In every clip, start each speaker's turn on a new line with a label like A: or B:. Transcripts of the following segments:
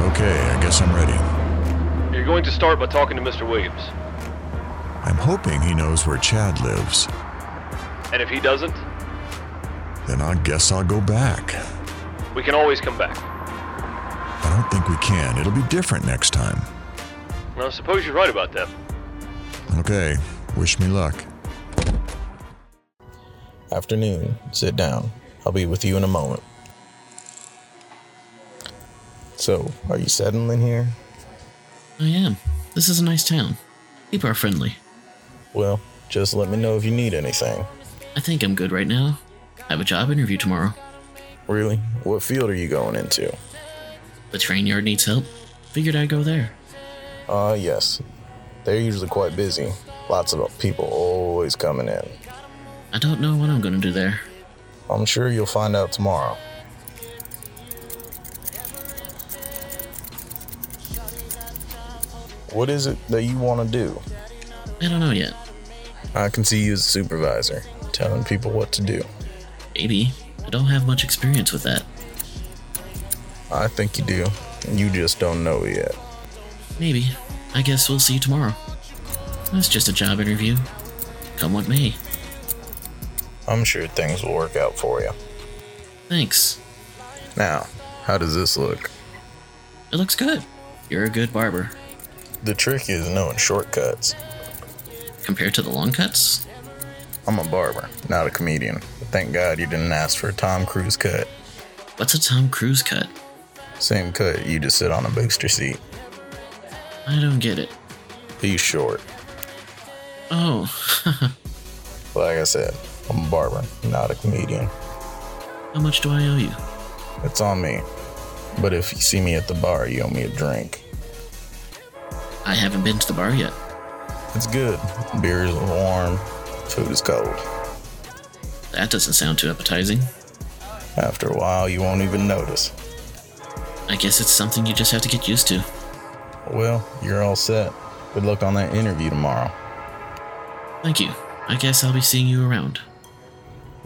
A: Okay, I guess I'm ready.
B: You're going to start by talking to Mr. Williams.
A: I'm hoping he knows where Chad lives.
B: And if he doesn't,
A: Then I guess I'll go back.
B: we can always come back.
A: I don't think we can. It'll be different next time.
B: Now, I suppose you're right about that.
A: Okay, wish me luck.
C: Afternoon. Sit down. I'll be with you in a moment. So, are you settling here?
D: I am. This is a nice town. People are friendly.
C: Well, just let me know if you need anything.
D: I think I'm good right now. I have a job interview tomorrow.
C: Really? What field are you going into?
D: The train yard needs help. Figured I'd go there.
C: Ah, yes. They're usually quite busy. Lots of people always coming in.
D: I don't know what I'm gonna do there.
C: I'm sure you'll find out tomorrow. What is it that you want to do?
D: I don't know yet.
C: I can see you as a supervisor, telling people what to do.
D: Maybe. I don't have much experience with that.
C: I think you do. You just don't know yet.
D: Maybe. I guess we'll see tomorrow. It's just a job interview. Come what may.
C: I'm sure things will work out for you.
D: Thanks.
C: Now, how does this look?
D: It looks good. You're a good barber.
C: The trick is knowing shortcuts.
D: Compared to the long cuts?
C: I'm a barber, not a comedian. But thank God you didn't ask for a Tom Cruise cut.
D: What's a Tom Cruise cut?
C: Same cut, you just sit on a booster seat.
D: I don't get it.
C: He's short.
D: Oh,
C: Like I said, I'm a barber, not a comedian.
D: how much do I owe you?
C: It's on me. But if you see me at the bar, you owe me a drink.
D: I haven't been to the bar yet.
C: It's good. Beer is warm, food is cold.
D: That doesn't sound too appetizing.
C: After a while, you won't even notice.
D: I guess it's something you just have to get used to.
C: Well, you're all set. Good luck on that interview tomorrow.
D: Thank you. I guess I'll be seeing you around.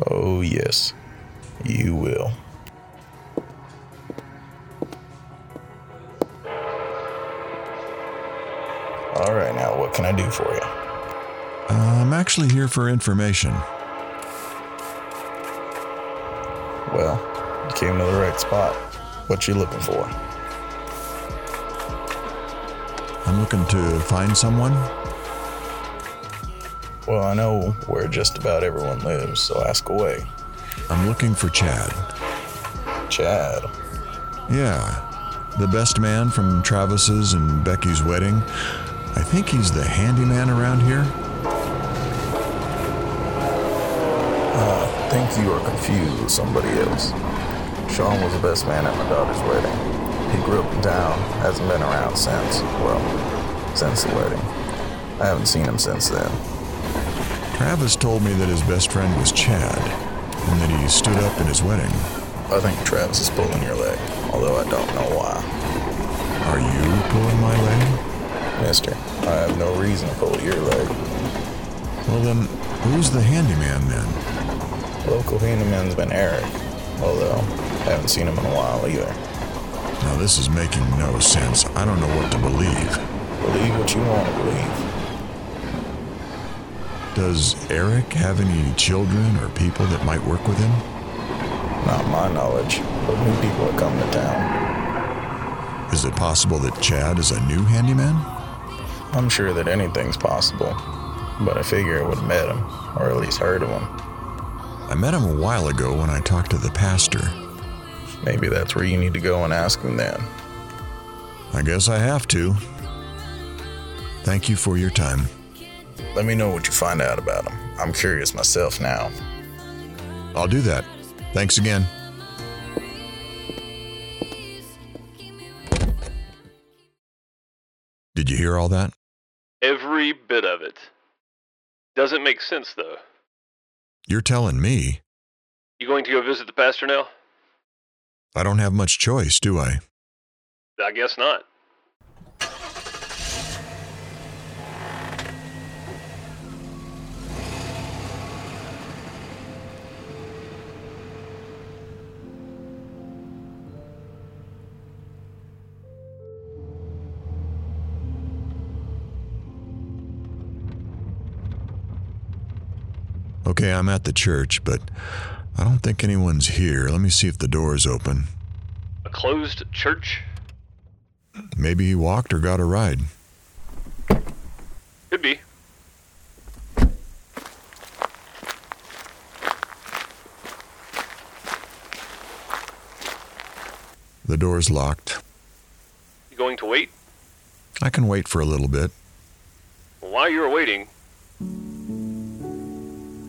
C: Oh, yes, you will. All right, now what can I do for you?
A: Uh, I'm actually here for information.
C: Well, you came to the right spot. What you looking for?
A: I'm looking to find someone.
C: Well, I know where just about everyone lives, so ask away.
A: I'm looking for Chad.
C: Chad.
A: Yeah, the best man from Travis's and Becky's wedding. I think he's the handyman around here.
C: I think you are confused with somebody else. Sean was the best man at my daughter's wedding. He grew up in town, hasn't been around since, well, since the wedding. I haven't seen him since then.
A: Travis told me that his best friend was Chad, and that he stood up in his wedding.
C: I think Travis is pulling your leg, although I don't know why.
A: Are you pulling my leg?
C: Mister, I have no reason to pull your leg.
A: Well, then, who's the handyman then?
C: Local handyman's been Eric, although I haven't seen him in a while either.
A: Now, this is making no sense. I don't know what to believe.
C: Believe what you want to believe.
A: Does Eric have any children or people that might work with him?
C: Not my knowledge, but new people are coming to town.
A: Is it possible that Chad is a new handyman?
C: I'm sure that anything's possible, but I figure I would have met him, or at least heard of him.
A: I met him a while ago when I talked to the pastor.
C: Maybe that's where you need to go and ask him then.
A: I guess I have to. Thank you for your time.
C: Let me know what you find out about him. I'm curious myself now.
A: I'll do that. Thanks again. Did you hear all that?
B: Every bit of it. Doesn't make sense, though.
A: You're telling me.
B: You going to go visit the pastor now?
A: I don't have much choice, do I?
B: I guess not.
A: Okay, I'm at the church, but I don't think anyone's here. Let me see if the door's open.
B: A closed church?
A: Maybe he walked or got a ride.
B: Could be.
A: The door's locked.
B: You going to wait?
A: I can wait for a little bit.
B: While you're waiting,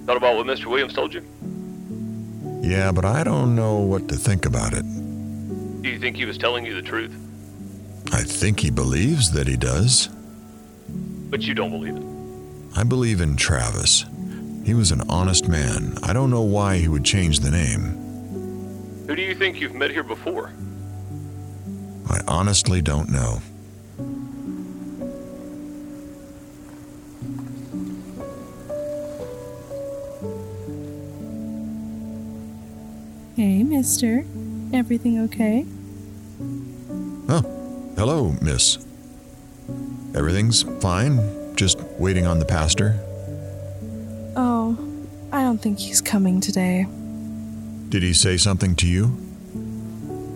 B: thought about what Mr. Williams told you?
A: Yeah, but I don't know what to think about it.
B: Do you think he was telling you the truth?
A: I think he believes that he does.
B: But you don't believe it.
A: I believe in Travis. He was an honest man. I don't know why he would change the name.
B: Who do you think you've met here before?
A: I honestly don't know.
E: Hey, mister. Everything okay?
A: Hello, miss. Everything's fine. Just waiting on the pastor.
E: Oh, I don't think he's coming today.
A: Did he say something to you?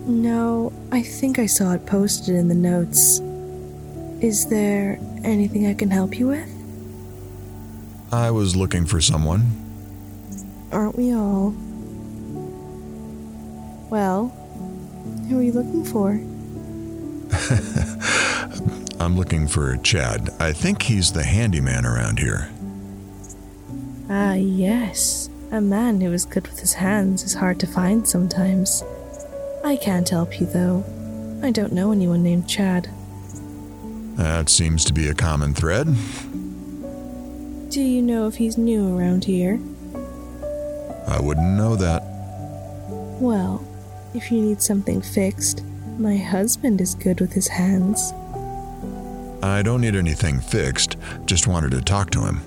E: No, I think I saw it posted in the notes. Is there anything I can help you with?
A: I was looking for someone.
E: Aren't we all? Well, who are you looking for?
A: I'm looking for Chad. I think he's the handyman around here.
E: Ah, yes. A man who is good with his hands is hard to find sometimes. I can't help you, though. I don't know anyone named Chad.
A: That seems to be a common thread.
E: Do you know if he's new around here?
A: I wouldn't know that.
E: Well, if you need something fixed, my husband is good with his hands.
A: I don't need anything fixed. Just wanted to talk to him.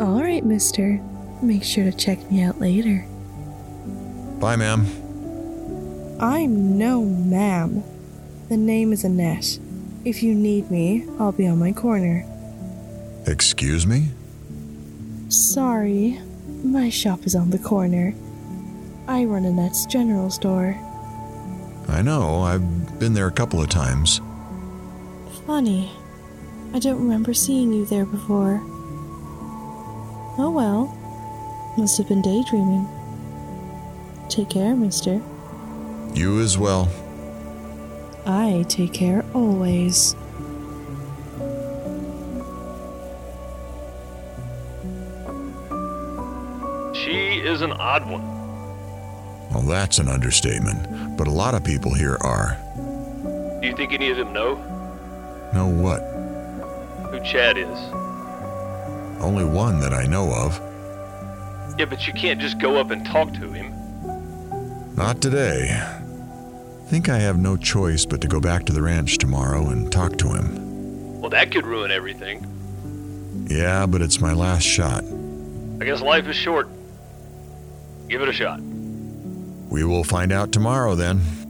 E: All right, mister. Make sure to check me out later.
A: Bye, ma'am.
E: I'm no ma'am. The name is Annette. If you need me, I'll be on my corner.
A: Excuse me?
E: Sorry, my shop is on the corner. I run Annette's general store.
A: I know. I've been there a couple of times.
E: Funny. I don't remember seeing you there before. Oh well. Must have been daydreaming. Take care, mister.
A: You as well.
E: I take care always.
B: She is an odd one.
A: Well, that's an understatement, but a lot of people here are.
B: Do you think any of them know
A: Know what?
B: who Chad is?
A: Only one that I know of.
B: Yeah, but you can't just go up and talk to him.
A: Not today. Think I have no choice but to go back to the ranch tomorrow and talk to him.
B: Well, that could ruin everything.
A: Yeah, but it's my last shot.
B: I guess life is short. Give it a shot.
A: We will find out tomorrow then.